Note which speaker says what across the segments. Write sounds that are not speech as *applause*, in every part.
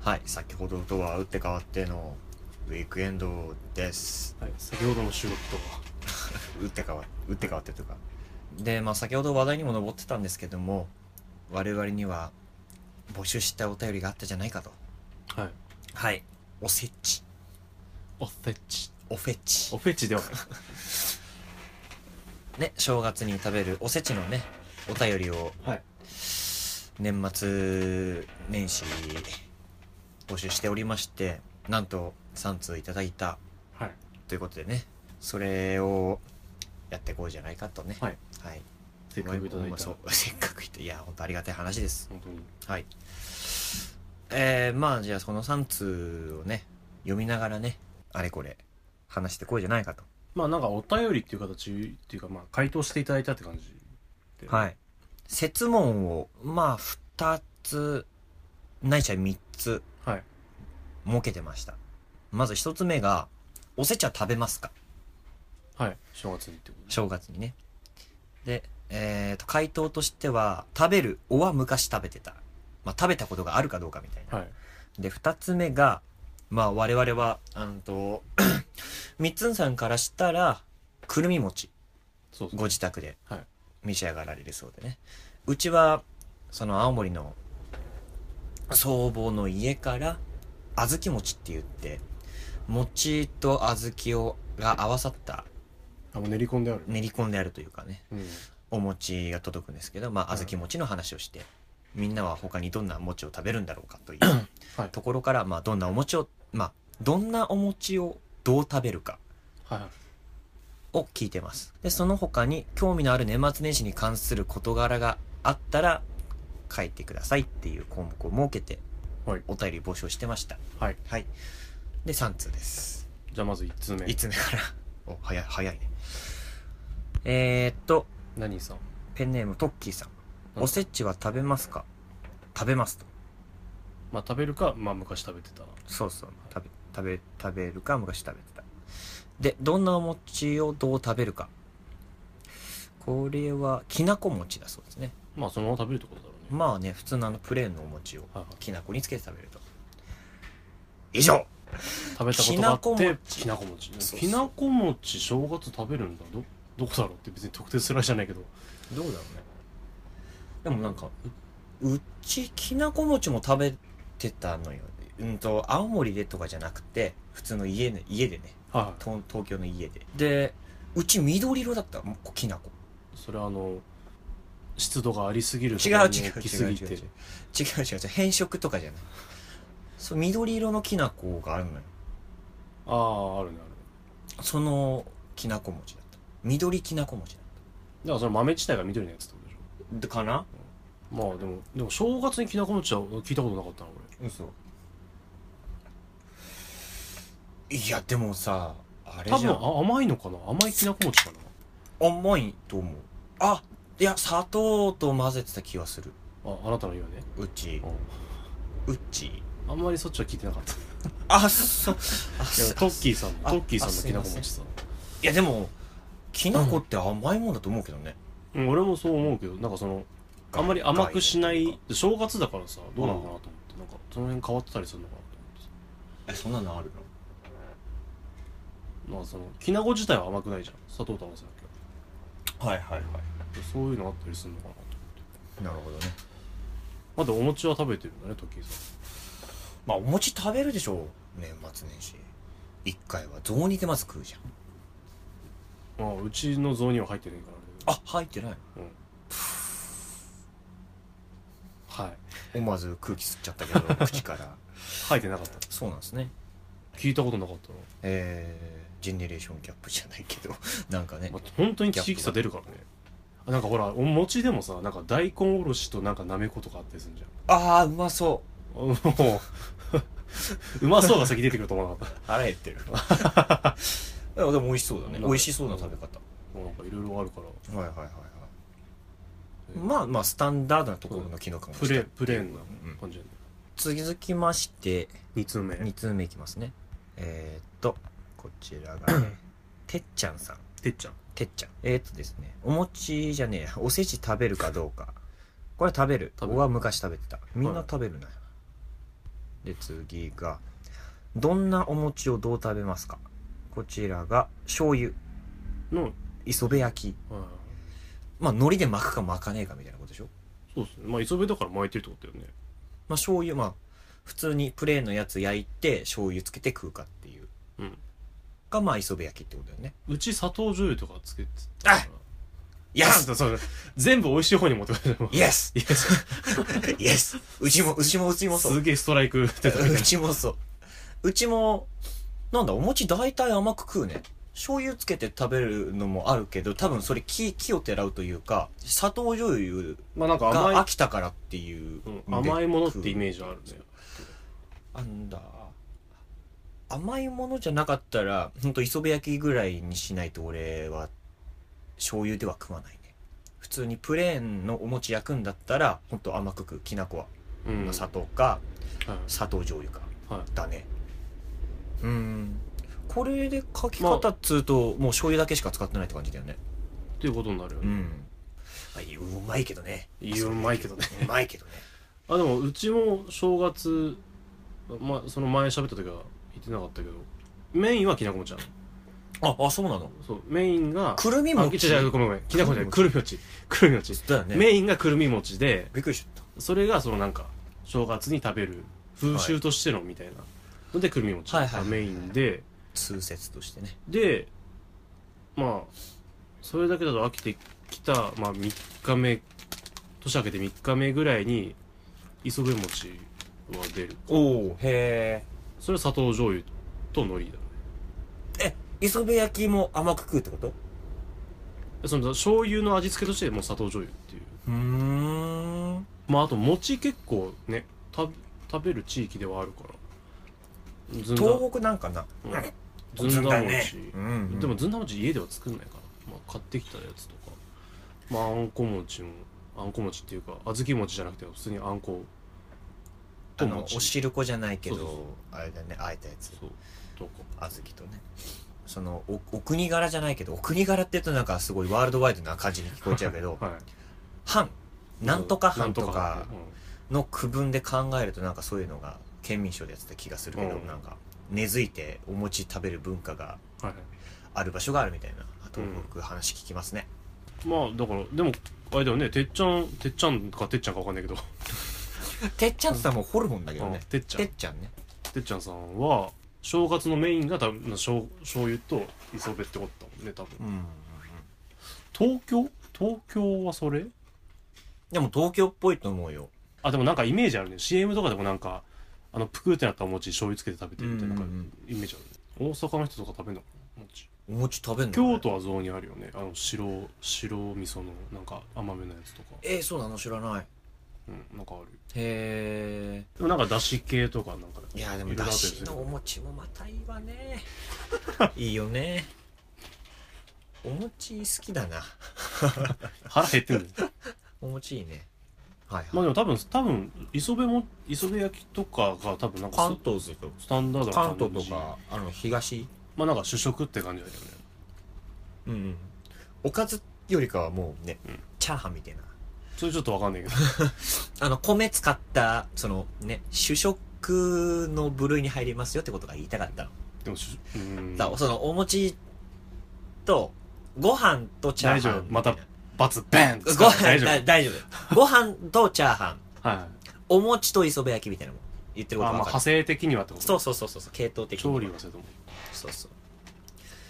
Speaker 1: はい、先ほどとは打って変わってのウィークエンドです。
Speaker 2: はい、先ほどの収録とは
Speaker 1: 打って変わ打って変わってというか。で、まあ先ほど話題にも上ってたんですけども、我々には募集したお便りがあったじゃないかと。
Speaker 2: はい
Speaker 1: はい、おせち、
Speaker 2: おせち
Speaker 1: おフェチ
Speaker 2: お。フェチではない
Speaker 1: ね、正月に食べるおせちのね、お便りを
Speaker 2: はい
Speaker 1: 年末年始募集しておりまして、なんと3通いただいた
Speaker 2: はい
Speaker 1: ということでねそれをやっていこうじゃないかとね
Speaker 2: はい、
Speaker 1: はい、
Speaker 2: せっかくいただい
Speaker 1: まあ
Speaker 2: た
Speaker 1: そう
Speaker 2: 本
Speaker 1: せっかくいたいや本当ありがたい話です
Speaker 2: 当に
Speaker 1: はいえー、まあじゃあその3通をね読みながらねあれこれ話してこうじゃないかと
Speaker 2: まあなんかお便りっていう形っていうかまあ回答していただいたって感じで
Speaker 1: はいい説問をまあ2つないしは3つ
Speaker 2: はい
Speaker 1: 設けてましたまず1つ目が「おせちは食べますか?」
Speaker 2: はい正月にってことで
Speaker 1: 正月にねでえー、と回答としては食べるおは昔食べてた、まあ、食べたことがあるかどうかみたいな、
Speaker 2: はい
Speaker 1: で2つ目がまあ我々はあの *clears throat* とみっつんさんからしたらくるみ餅
Speaker 2: そうそう
Speaker 1: ご自宅で
Speaker 2: はい
Speaker 1: 召し上がられるそうでね、うちはその青森の僧帽の家から小豆餅って言って餅と小豆をが合わさった
Speaker 2: あもう練り込んである
Speaker 1: 練り込んであるというかね
Speaker 2: うん
Speaker 1: お餅が届くんですけど、まあ、
Speaker 2: はい
Speaker 1: 小豆餅の話をして、みんなは他にどんな餅を食べるんだろうかという
Speaker 2: はい
Speaker 1: ところから、まあ、どんなお餅を、まあ、どんなお餅をどう食べるか
Speaker 2: はいはい
Speaker 1: を聞いてます。で、その他に興味のある年末年始に関する事柄があったら、書いてくださいっていう項目を設けて、
Speaker 2: はい
Speaker 1: お便り募集してました。
Speaker 2: はい
Speaker 1: はい。で、3通です。
Speaker 2: じゃあまず1通目
Speaker 1: 5つ目 *laughs* から。お、早い、早いね。えー、っと、
Speaker 2: 何さん
Speaker 1: ペンネームトッキーさん。
Speaker 2: うん
Speaker 1: おせちは食べますか食べますと。
Speaker 2: まあ食べるかまあ昔食べてた
Speaker 1: そうそう。食べ、食べ、食べるか昔食べてた。で、どんなお餅をどう食べるか。これは、きなこ餅だそうですね。
Speaker 2: まあそのまま食べるってことだろうね
Speaker 1: まあね、普通のあのプレーンのお餅を
Speaker 2: はいはい
Speaker 1: きなこにつけて食べると。以上
Speaker 2: 食べたことがあって
Speaker 1: き
Speaker 2: きなこ餅
Speaker 1: そうそう
Speaker 2: きなこ餅正月食べるんだどどこだろうって別に特定するわけじゃないけど
Speaker 1: どうだろうね。でもなんか、ううち、きなこ餅も食べてたのよ。うんと、青森でとかじゃなくて、普通の家ね、家でね。
Speaker 2: はい
Speaker 1: 東東京の家ででうち緑色だったもうきなこ
Speaker 2: それはあの湿度がありすぎると
Speaker 1: 違
Speaker 2: こ
Speaker 1: う
Speaker 2: ろに
Speaker 1: 違う
Speaker 2: 置き
Speaker 1: 違
Speaker 2: す
Speaker 1: う違う違う
Speaker 2: ぎ
Speaker 1: 違う違
Speaker 2: て
Speaker 1: う違う変色とかじゃないそう緑色のきなこがあるのよ
Speaker 2: あああるねあるね
Speaker 1: そのきなこ餅だった緑きなこ餅だっ
Speaker 2: だからその豆自体が緑のやつってことでした
Speaker 1: でかな
Speaker 2: ょまあでもでも正月にきなこ餅は聞いたことなかったな
Speaker 1: 嘘いやでもさあれ
Speaker 2: 俺多
Speaker 1: じ
Speaker 2: 分
Speaker 1: ゃん
Speaker 2: あ甘いのかな甘いきなこ餅かな
Speaker 1: 甘いと思うあいや砂糖と混ぜてた気がする
Speaker 2: ああなたの言うね
Speaker 1: うち
Speaker 2: う
Speaker 1: うち
Speaker 2: んあんまりそっちは聞いてな
Speaker 1: *laughs*
Speaker 2: かった
Speaker 1: あそうあ
Speaker 2: でも
Speaker 1: そう
Speaker 2: トッキーさんの
Speaker 1: あ
Speaker 2: トッキーさん
Speaker 1: あ
Speaker 2: の
Speaker 1: す
Speaker 2: き
Speaker 1: い
Speaker 2: な
Speaker 1: ま
Speaker 2: こ
Speaker 1: せん
Speaker 2: 餅さ
Speaker 1: いやでもきなこって甘いもんだと思うけどね、
Speaker 2: うん俺もそう思うけどなんかそのあんまり甘くしない正月だからさどうなのかなと思ってなんかその辺変わってたりするのかなと思ってさ
Speaker 1: えそんなのある
Speaker 2: まあそのきなこ自体は甘くないじゃん砂糖と合わせなきゃ
Speaker 1: のはいはいは
Speaker 2: そういうのあったりするのかなと思って
Speaker 1: いなるほどね
Speaker 2: まあでもお餅は食べてるんだねトッキーさん
Speaker 1: まあお餅食べるでしょ年末年始一回は雑煮でまず食うじゃん
Speaker 2: まあうちの雑煮は入ってないからあ
Speaker 1: あ入ってない
Speaker 2: れだけどうんはい
Speaker 1: 思わず空気吸っちゃったけ *laughs* ど口から
Speaker 2: 入ってなかった
Speaker 1: そうなんですね
Speaker 2: 聞いたことなかったな、
Speaker 1: えー、ジェネレーションギャップじゃないけど *laughs* なんかね
Speaker 2: まあ、本当に地域差出るからねあなんかほらお餅でもさなんか大根おろしとなんかなめことかあったりするじゃん
Speaker 1: ああうまそ
Speaker 2: あもううまそうが先出てくると思わなかっ
Speaker 1: う腹減って *laughs* るいやでも美味しそうだね
Speaker 2: なんか
Speaker 1: 美味しそうな食べ方
Speaker 2: たもうなんかいろいろあるから
Speaker 1: はいはいはいはいまあまあスタンダードなところのキノコも
Speaker 2: プレプレーンな
Speaker 1: うん
Speaker 2: 感じやね、
Speaker 1: 続きまして
Speaker 2: 2通目
Speaker 1: 2通目いきますねえー、っとこちらが *coughs* ねてっちゃんさん
Speaker 2: てっちゃん
Speaker 1: てっちゃんえー、っとですねお餅じゃねえやおせち食べるかどうかこれは食べる
Speaker 2: 食べる
Speaker 1: 僕は昔食べてたみんな食べるな、で次がどんなお餅をどう食べますかこちらが醤油
Speaker 2: の、はい
Speaker 1: 磯辺焼きまあ海苔で巻くか巻かねえかみたいなことでしょ
Speaker 2: そうですねまあ磯辺だから巻いてるってことだよね
Speaker 1: まあ醤油まあ普通にプレーンのやつ焼いて醤油つけて食うかっていう、
Speaker 2: うん
Speaker 1: がまあ磯辺焼きってことだよね
Speaker 2: うち砂糖醤油とかつけてたから
Speaker 1: あイエス
Speaker 2: なんとそう全部美味しい方に持ってくれた
Speaker 1: イエス
Speaker 2: い
Speaker 1: *laughs*
Speaker 2: やす
Speaker 1: イエスうちもうちもうちもそう
Speaker 2: すげえストライク出た
Speaker 1: うちもそううちもなんだお餅大体甘く食うね醤油つけて食べるのもあるけど多分それ木木をてらうというか砂糖醤油
Speaker 2: *laughs* まあなんか甘い
Speaker 1: が飽きたからっていう
Speaker 2: うん、
Speaker 1: ので
Speaker 2: 甘いものってイメージあるね
Speaker 1: あんだ甘いものじゃなかったらほんと磯辺焼きぐらいにしないと俺は醤油では食わないね普通にプレーンのお餅焼くんだったらほんと甘く食うきな粉は、
Speaker 2: うん
Speaker 1: 砂糖か
Speaker 2: はい
Speaker 1: 砂糖醤油か、
Speaker 2: は
Speaker 1: だねうーんこれで書き方っつうと、もう醤油だけしか使ってないって感じだよね
Speaker 2: っていうことになるよ
Speaker 1: う
Speaker 2: ね、
Speaker 1: ん、まあ、うまいけどね
Speaker 2: いやうまいけどね
Speaker 1: うまいけ
Speaker 2: *laughs*
Speaker 1: どね
Speaker 2: あでもうちも正月、まあ、その前喋った時は言ってなかったけどメインはきなこ餅なの
Speaker 1: ああそうなの
Speaker 2: そうメインが
Speaker 1: くるみ
Speaker 2: あ違う
Speaker 1: 餅
Speaker 2: 違うごめんごめんきなこ餅じゃないくるみ餅くるみ餅、
Speaker 1: だよね
Speaker 2: メインがくるみ餅で
Speaker 1: びっくりしちゃっ
Speaker 2: それがそのなんか正月に食べる風習としてのみたいなのでくるみ餅
Speaker 1: はいはい
Speaker 2: がメインで
Speaker 1: た通説としてね
Speaker 2: でまあそれだけだと飽きてきた、まあ、3日目年明けて3日目ぐらいに磯辺餅は出る
Speaker 1: おおへ
Speaker 2: それは砂糖醤油と海苔だね
Speaker 1: ええ磯辺焼きも甘く食うってこと
Speaker 2: その醤油の味付けとしてもう砂糖醤油っていう
Speaker 1: うーん
Speaker 2: まああと餅結構ねた食べる地域ではあるからずんだ
Speaker 1: 東北なんかな
Speaker 2: うんずんだ餅
Speaker 1: うんうん
Speaker 2: でもずんだ餅家では作んないから、まあ、買ってきたやつとかまああんこ餅もあんこ餅っていうか小豆餅じゃなくて普通にあんこ
Speaker 1: あ
Speaker 2: と
Speaker 1: の
Speaker 2: 餅
Speaker 1: おしるこじゃないけど
Speaker 2: そうそうそ
Speaker 1: あれだねあえたやつ
Speaker 2: そうとか
Speaker 1: 小豆とねそのおお国柄じゃないけどお国柄って言うとなんかすごいワールドワイドな感じに聞こえちゃうけど
Speaker 2: は
Speaker 1: 藩
Speaker 2: い
Speaker 1: なんとか藩と
Speaker 2: な
Speaker 1: か
Speaker 2: んと
Speaker 1: の区分で考えるとなんかそういうのが県民省でやってた気がするけど、
Speaker 2: うん
Speaker 1: なんか根付いてお餅食べる文化が
Speaker 2: かはいはい
Speaker 1: ある場所があるみたいな東北話聞きますね、
Speaker 2: まあだからでもあれだよねてっちゃんてっちゃんかてっちゃんかわかんないけど、 *laughs*
Speaker 1: てっちゃんって言ったらもうホルモンだけどね
Speaker 2: うん、てっちゃん
Speaker 1: てっちゃんね
Speaker 2: てっちゃんさんは正月のメインが多分醤醤油と磯辺ってことだもんね多分
Speaker 1: うん
Speaker 2: 東京東京はそれ
Speaker 1: でも東京っぽいと思うよ
Speaker 2: あでもなんかイメージあるね CM とかでもなんかあのプクってなったお餅醤油つけて食べてるみたいななん
Speaker 1: うんう
Speaker 2: か
Speaker 1: ん
Speaker 2: イメージあるね大阪の人とか食べんのかな餅
Speaker 1: お餅食べんの
Speaker 2: 京都は雑煮あるよねあの白白味噌のなんか甘めのやつとか
Speaker 1: えー、そうなの知らない
Speaker 2: うんなんかある
Speaker 1: へ
Speaker 2: でもなんかだし系とかなんか
Speaker 1: えいやでも
Speaker 2: いろいろあ
Speaker 1: だ
Speaker 2: ったり
Speaker 1: し
Speaker 2: する
Speaker 1: のお餅もまたいいわね *laughs* いいよねお餅好きだな
Speaker 2: 腹減
Speaker 1: *laughs*
Speaker 2: ってるんです
Speaker 1: お餅いいねはい
Speaker 2: まあ
Speaker 1: はい、
Speaker 2: でも多分多分磯辺も磯辺焼きとかが多分なんか
Speaker 1: 関東ずっと
Speaker 2: スタンダードな
Speaker 1: 関
Speaker 2: 感じ
Speaker 1: 東とかあの東
Speaker 2: まあなんか主食って感じだよね
Speaker 1: うん、うん、おかずよりかはもうね、
Speaker 2: うん
Speaker 1: チャーハンみたいな
Speaker 2: それちょっとわかんないけど
Speaker 1: あの米使ったそのね主食の部類に入りますよってことが言いたかったの
Speaker 2: でも主うん
Speaker 1: さそのお餅とご飯とチャーハン
Speaker 2: 大丈夫ま
Speaker 1: み
Speaker 2: た
Speaker 1: いな
Speaker 2: バツバン
Speaker 1: ご飯大
Speaker 2: 大丈
Speaker 1: 丈
Speaker 2: 夫
Speaker 1: 夫大丈夫ご飯とチャーハン
Speaker 2: はいはい
Speaker 1: お餅と磯辺焼きみたいなもん言ってる
Speaker 2: あ
Speaker 1: こ
Speaker 2: まあ
Speaker 1: と分か
Speaker 2: 派
Speaker 1: る
Speaker 2: 生的にはってこと
Speaker 1: そうそうそうそう系統的に
Speaker 2: 調理はせとも
Speaker 1: そうそう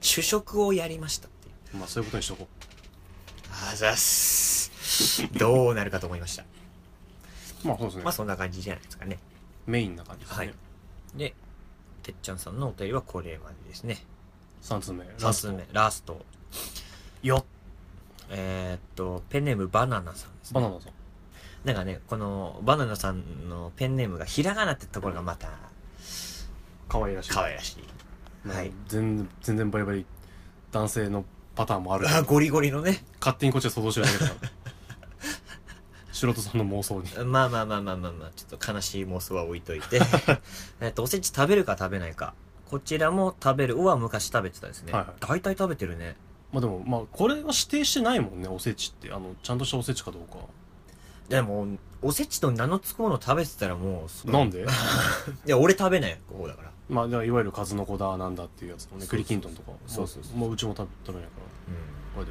Speaker 1: 主食をやりましたっていう
Speaker 2: まあそういうことにしとこ
Speaker 1: あざっすどうなるかと思いました
Speaker 2: うまあそうですね、
Speaker 1: まあそんな感じじゃないですかね
Speaker 2: メインな感じですね、
Speaker 1: はいでてっちゃんさんのお便りはこれまでですね
Speaker 2: 3つ目
Speaker 1: 3つ目ラスト
Speaker 2: よ
Speaker 1: えーっとペンネームバナナさんですね
Speaker 2: バナナさん
Speaker 1: なんかね、このバナナさんのペンネームがひらがなってところがまた
Speaker 2: 可愛らしい
Speaker 1: 可愛らしい。
Speaker 2: なんか
Speaker 1: はい
Speaker 2: 全然全然バリバリ男性のパターンもある
Speaker 1: あ、ゴリゴリのね。
Speaker 2: 勝手にこっちは想像してるだけだから
Speaker 1: *laughs*
Speaker 2: 素人さんの妄想に
Speaker 1: まあまあまあまあまあまあ、ちょっと悲しい妄想は置いとい
Speaker 2: *laughs*
Speaker 1: て。えっと、おせち食べるか食べないか。こちらも食べるは昔食べてたですね。
Speaker 2: はいは
Speaker 1: 大
Speaker 2: い
Speaker 1: 体食べてるね。
Speaker 2: まあでもまあこれは指定してないもんねおせちってあのちゃんとしたおせちかどうか
Speaker 1: でも、おせちと名の付くもの食べてたらもうそ
Speaker 2: なんで
Speaker 1: いや俺食べない方だから
Speaker 2: まあだからいわゆる数の子だなんだっていうやつも
Speaker 1: そうそうそ
Speaker 2: ね
Speaker 1: う
Speaker 2: 栗きんとんとか
Speaker 1: そうそうそう
Speaker 2: もううちも食べ食べないか
Speaker 1: う
Speaker 2: らあれだけ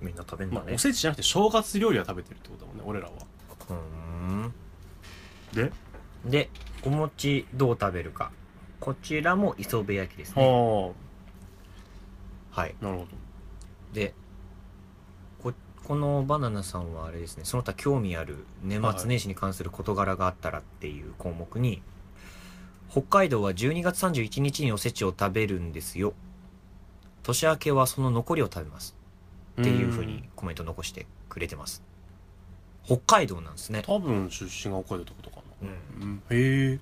Speaker 2: ど
Speaker 1: んみんな食べん
Speaker 2: ま
Speaker 1: だ
Speaker 2: あ、
Speaker 1: ね
Speaker 2: おせちじゃなくて正月料理は食べてるってことだもんね俺らはで
Speaker 1: うんでお餅どう食べるかこちらも磯辺焼きです
Speaker 2: ああ
Speaker 1: ねはい
Speaker 2: なるほど
Speaker 1: でここのバナナさんはあれですねその他興味ある年末年始に関する事柄があったらっていう項目に、北海道は12月31日におせちを食べるんですよ年明けはその残りを食べますっていうふうにコメント残してくれてます北海道なんですね、
Speaker 2: 多分出身が北海道ってことかな
Speaker 1: うん、
Speaker 2: うんへえ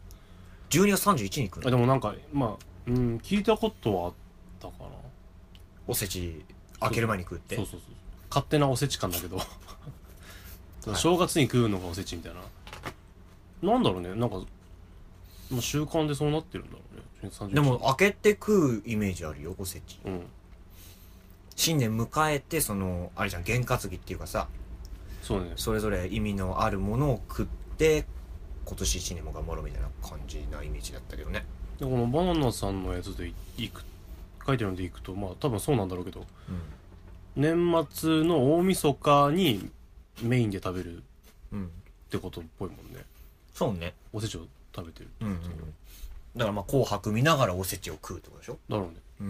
Speaker 1: 12月31に行く
Speaker 2: あ
Speaker 1: の
Speaker 2: でもなんかまあうん聞いたことはあったかな
Speaker 1: おせち開ける前に食って
Speaker 2: そうそうそう勝手なおせち感だけどただ正月に食うのがおせちみたいな、なんだろうねなんかもう習慣でそうなってるんだろうね31
Speaker 1: でも開けて食うイメージあるよおせち
Speaker 2: うん
Speaker 1: 新年迎えてそのあれじゃん験担ぎっていうかさ
Speaker 2: そうね
Speaker 1: それぞれ意味のあるものを食って今年一年も頑張ろうみたいな感じなイメージだったけどね
Speaker 2: でこのバナナさんのやつでいいく書いてるのでいくとまあ多分そうなんだろうけど年末の大晦日にメインで食べるっ
Speaker 1: うん、うん、
Speaker 2: てことっぽいもんね
Speaker 1: そうね
Speaker 2: おせちを食べてる
Speaker 1: うん、うん、だからまあ「紅白」見ながらおせちを食うってことでしょ
Speaker 2: だろうね
Speaker 1: うー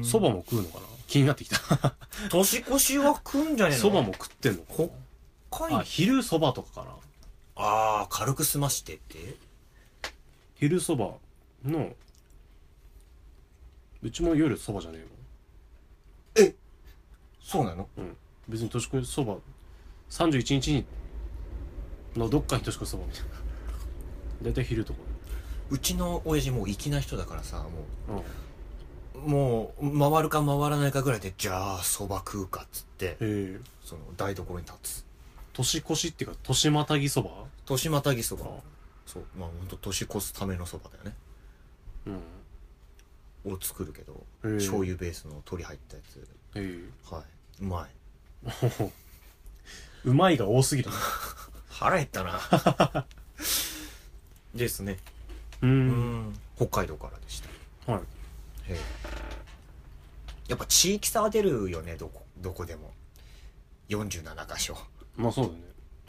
Speaker 1: ん
Speaker 2: そばも食うのかな気になってきた
Speaker 1: 年越しは食うんじゃねえの
Speaker 2: そばも食ってんのかな
Speaker 1: か
Speaker 2: あ
Speaker 1: い
Speaker 2: 昼そばとかかな
Speaker 1: ああ軽く済ましてって
Speaker 2: 昼そばのうちも夜そばじゃね
Speaker 1: そうなの
Speaker 2: えもん、うん、別に年越しそば31日にのどっかに年越しそばみたいな大体昼とか
Speaker 1: うちの親父もう粋な人だからさも
Speaker 2: うんへ
Speaker 1: うもう回るか回らないかぐらいでじゃあそば食うかっつって
Speaker 2: え
Speaker 1: その台所に立つ
Speaker 2: 年越しっていうか年またぎそば
Speaker 1: 年またぎそば
Speaker 2: あ
Speaker 1: そうまあ本当年越すためのそばだよね
Speaker 2: うん
Speaker 1: を作るけど
Speaker 2: へえ
Speaker 1: 醤油ベースの鶏入ったやつ
Speaker 2: え
Speaker 1: はいうまい
Speaker 2: えうまいが多すぎる
Speaker 1: 腹減ったな *laughs* ですね
Speaker 2: う
Speaker 1: うんん北海道からでした
Speaker 2: はい
Speaker 1: へえやっぱ地域差は出るよねどこどこでも47箇所
Speaker 2: まあそうだね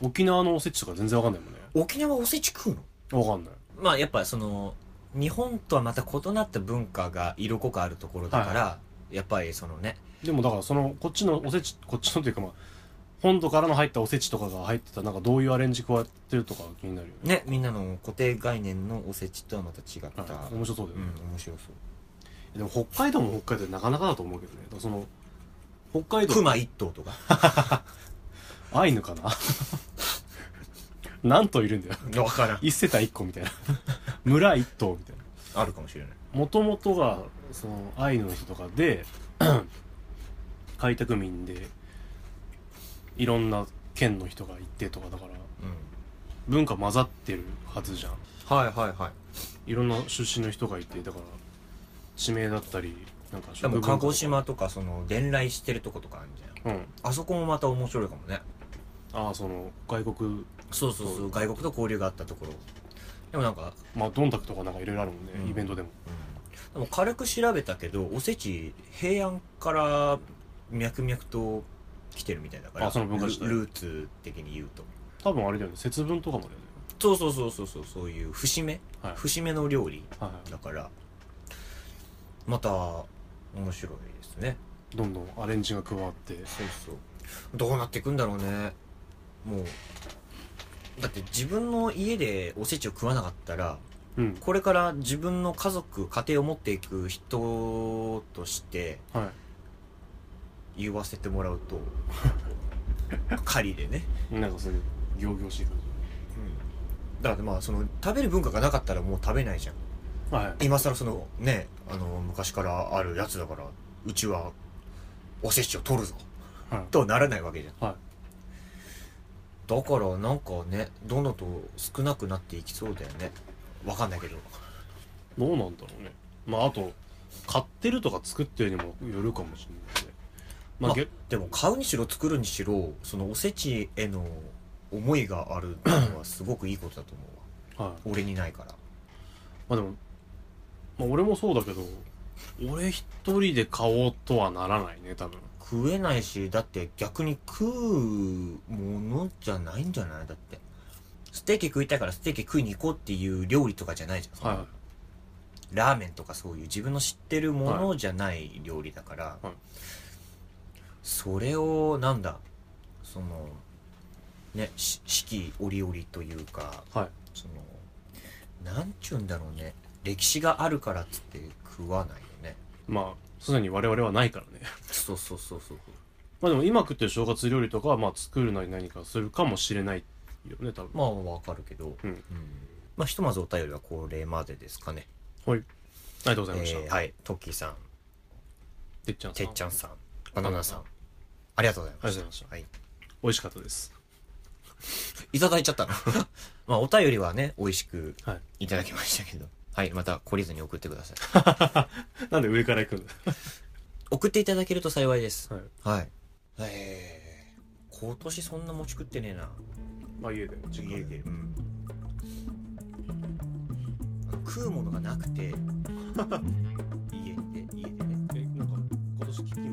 Speaker 2: 沖縄のおせちとか全然わかんないもんね
Speaker 1: 沖縄おせち食うの
Speaker 2: わかんない
Speaker 1: まあやっぱその日本とはまた異なった文化が色濃くあるところだから、やっぱりそのね
Speaker 2: でもだからそのこっちのおせちこっちのというかまあ本土からの入ったおせちとかが入ってたらなんかどういうアレンジ加わってるとか気になるよね
Speaker 1: ねみんなの固定概念のおせちとはまた違った、
Speaker 2: はい面白そうだよね、
Speaker 1: うん面白そう
Speaker 2: でも北海道も北海道でなかなかだと思うけどねだからその北海道
Speaker 1: 熊一頭と *laughs* か
Speaker 2: アイヌかな *laughs* 何頭いるんだよ
Speaker 1: 分からん
Speaker 2: 一世帯一個みたいな村一頭みたいな
Speaker 1: あるかもしれない
Speaker 2: もともとがそのアイヌの人とかで開拓民でいろんな県の人が行ってとかだか
Speaker 1: う
Speaker 2: ら文化混ざってるはずじゃん
Speaker 1: んはいはいはい
Speaker 2: いろんな出身の人がいてだから地名だったりなんか
Speaker 1: でも鹿児島
Speaker 2: 食
Speaker 1: とかその伝来してるとことかあるじゃん
Speaker 2: 文化とかうん
Speaker 1: あそこもまた面白いかもね
Speaker 2: ああその外国
Speaker 1: そうそうそう外国と交流があったところでもなんか、
Speaker 2: まあドンタクとかなんかいろいろあるもんね、
Speaker 1: うん
Speaker 2: イベントでも
Speaker 1: でも軽く調べたけどおせち平安から脈々と来てるみたいだから
Speaker 2: あその文化自体
Speaker 1: ルルーツ的に言うと
Speaker 2: 多分あれだよね節分とかもだよね
Speaker 1: そうそうそうそうそうそういう節目、
Speaker 2: はい
Speaker 1: 節目の料理
Speaker 2: はいはい
Speaker 1: だからまた面白いですね
Speaker 2: どんどんアレンジが加わって
Speaker 1: そうそうどうなっていくんだろうねもうだって自分の家でおせちを食わなかったら
Speaker 2: うん
Speaker 1: これから自分の家族家庭を持っていく人として
Speaker 2: は
Speaker 1: 言わせてもらうと仮でね、
Speaker 2: いなんかそういう行々しい感
Speaker 1: だからまあその食べる文化がなかったらもう食べないじゃん
Speaker 2: じはい
Speaker 1: 今更そのねあの昔からあるやつだからうちはおせちを取るぞ
Speaker 2: はい
Speaker 1: とはならないわけじゃん
Speaker 2: はい
Speaker 1: だからなんかねどんどんと少なくなっていきそうだよねわかんないけど
Speaker 2: どうなんだろうねまああと買ってるとか作ってるにもよるかもしれないねまあ、
Speaker 1: まあ
Speaker 2: げ
Speaker 1: でも買うにしろ作るにしろそのおせちへの思いがあるのはすごくいいことだと思うわ
Speaker 2: はい
Speaker 1: 俺にないから
Speaker 2: まあでも、まあ、俺もそうだけど俺一人で買おうとはならないね多分
Speaker 1: 食えないしだって逆に食うものじゃないんじゃないだってステーキ食いたいからステーキ食いに行こうっていう料理とかじゃないじゃん、
Speaker 2: は
Speaker 1: ラーメンとかそういう自分の知ってるものじゃない料理だから、
Speaker 2: はい
Speaker 1: それをなんだそのねし四季折々というか
Speaker 2: いはい
Speaker 1: そのなんちゅうんだろうね歴史があるからっつって食わないよね
Speaker 2: まあすでに我々はないからね
Speaker 1: そうそうそうそう
Speaker 2: まあでも今食ってる正月料理とかはまあ作るなり何かするかもしれないよね多分
Speaker 1: まあわかるけど、
Speaker 2: うん
Speaker 1: まあひとまずお便りはこれまでですかね
Speaker 2: はいありがとうございました、
Speaker 1: えーはいトッキーさん
Speaker 2: てっちゃんさ
Speaker 1: て
Speaker 2: ん
Speaker 1: っちゃんさんバナナさんありがとうございま
Speaker 2: あ
Speaker 1: し
Speaker 2: りが
Speaker 1: た
Speaker 2: とうございました
Speaker 1: はい
Speaker 2: 美味しかったです
Speaker 1: いただいちゃ
Speaker 2: *laughs*
Speaker 1: ったのまあお便りはね美味しく
Speaker 2: はい
Speaker 1: いただきましたけどはいまた懲りずに送ってください
Speaker 2: なんで上から行くんだ
Speaker 1: 送っていただけると幸いです
Speaker 2: はい
Speaker 1: はいえー、今年そんな餅食ってねえな
Speaker 2: まあ家で実家
Speaker 1: 家で、うん、
Speaker 2: *laughs*
Speaker 1: 食うものがなくて家で家でね
Speaker 2: えなんか今年聞き
Speaker 1: *laughs*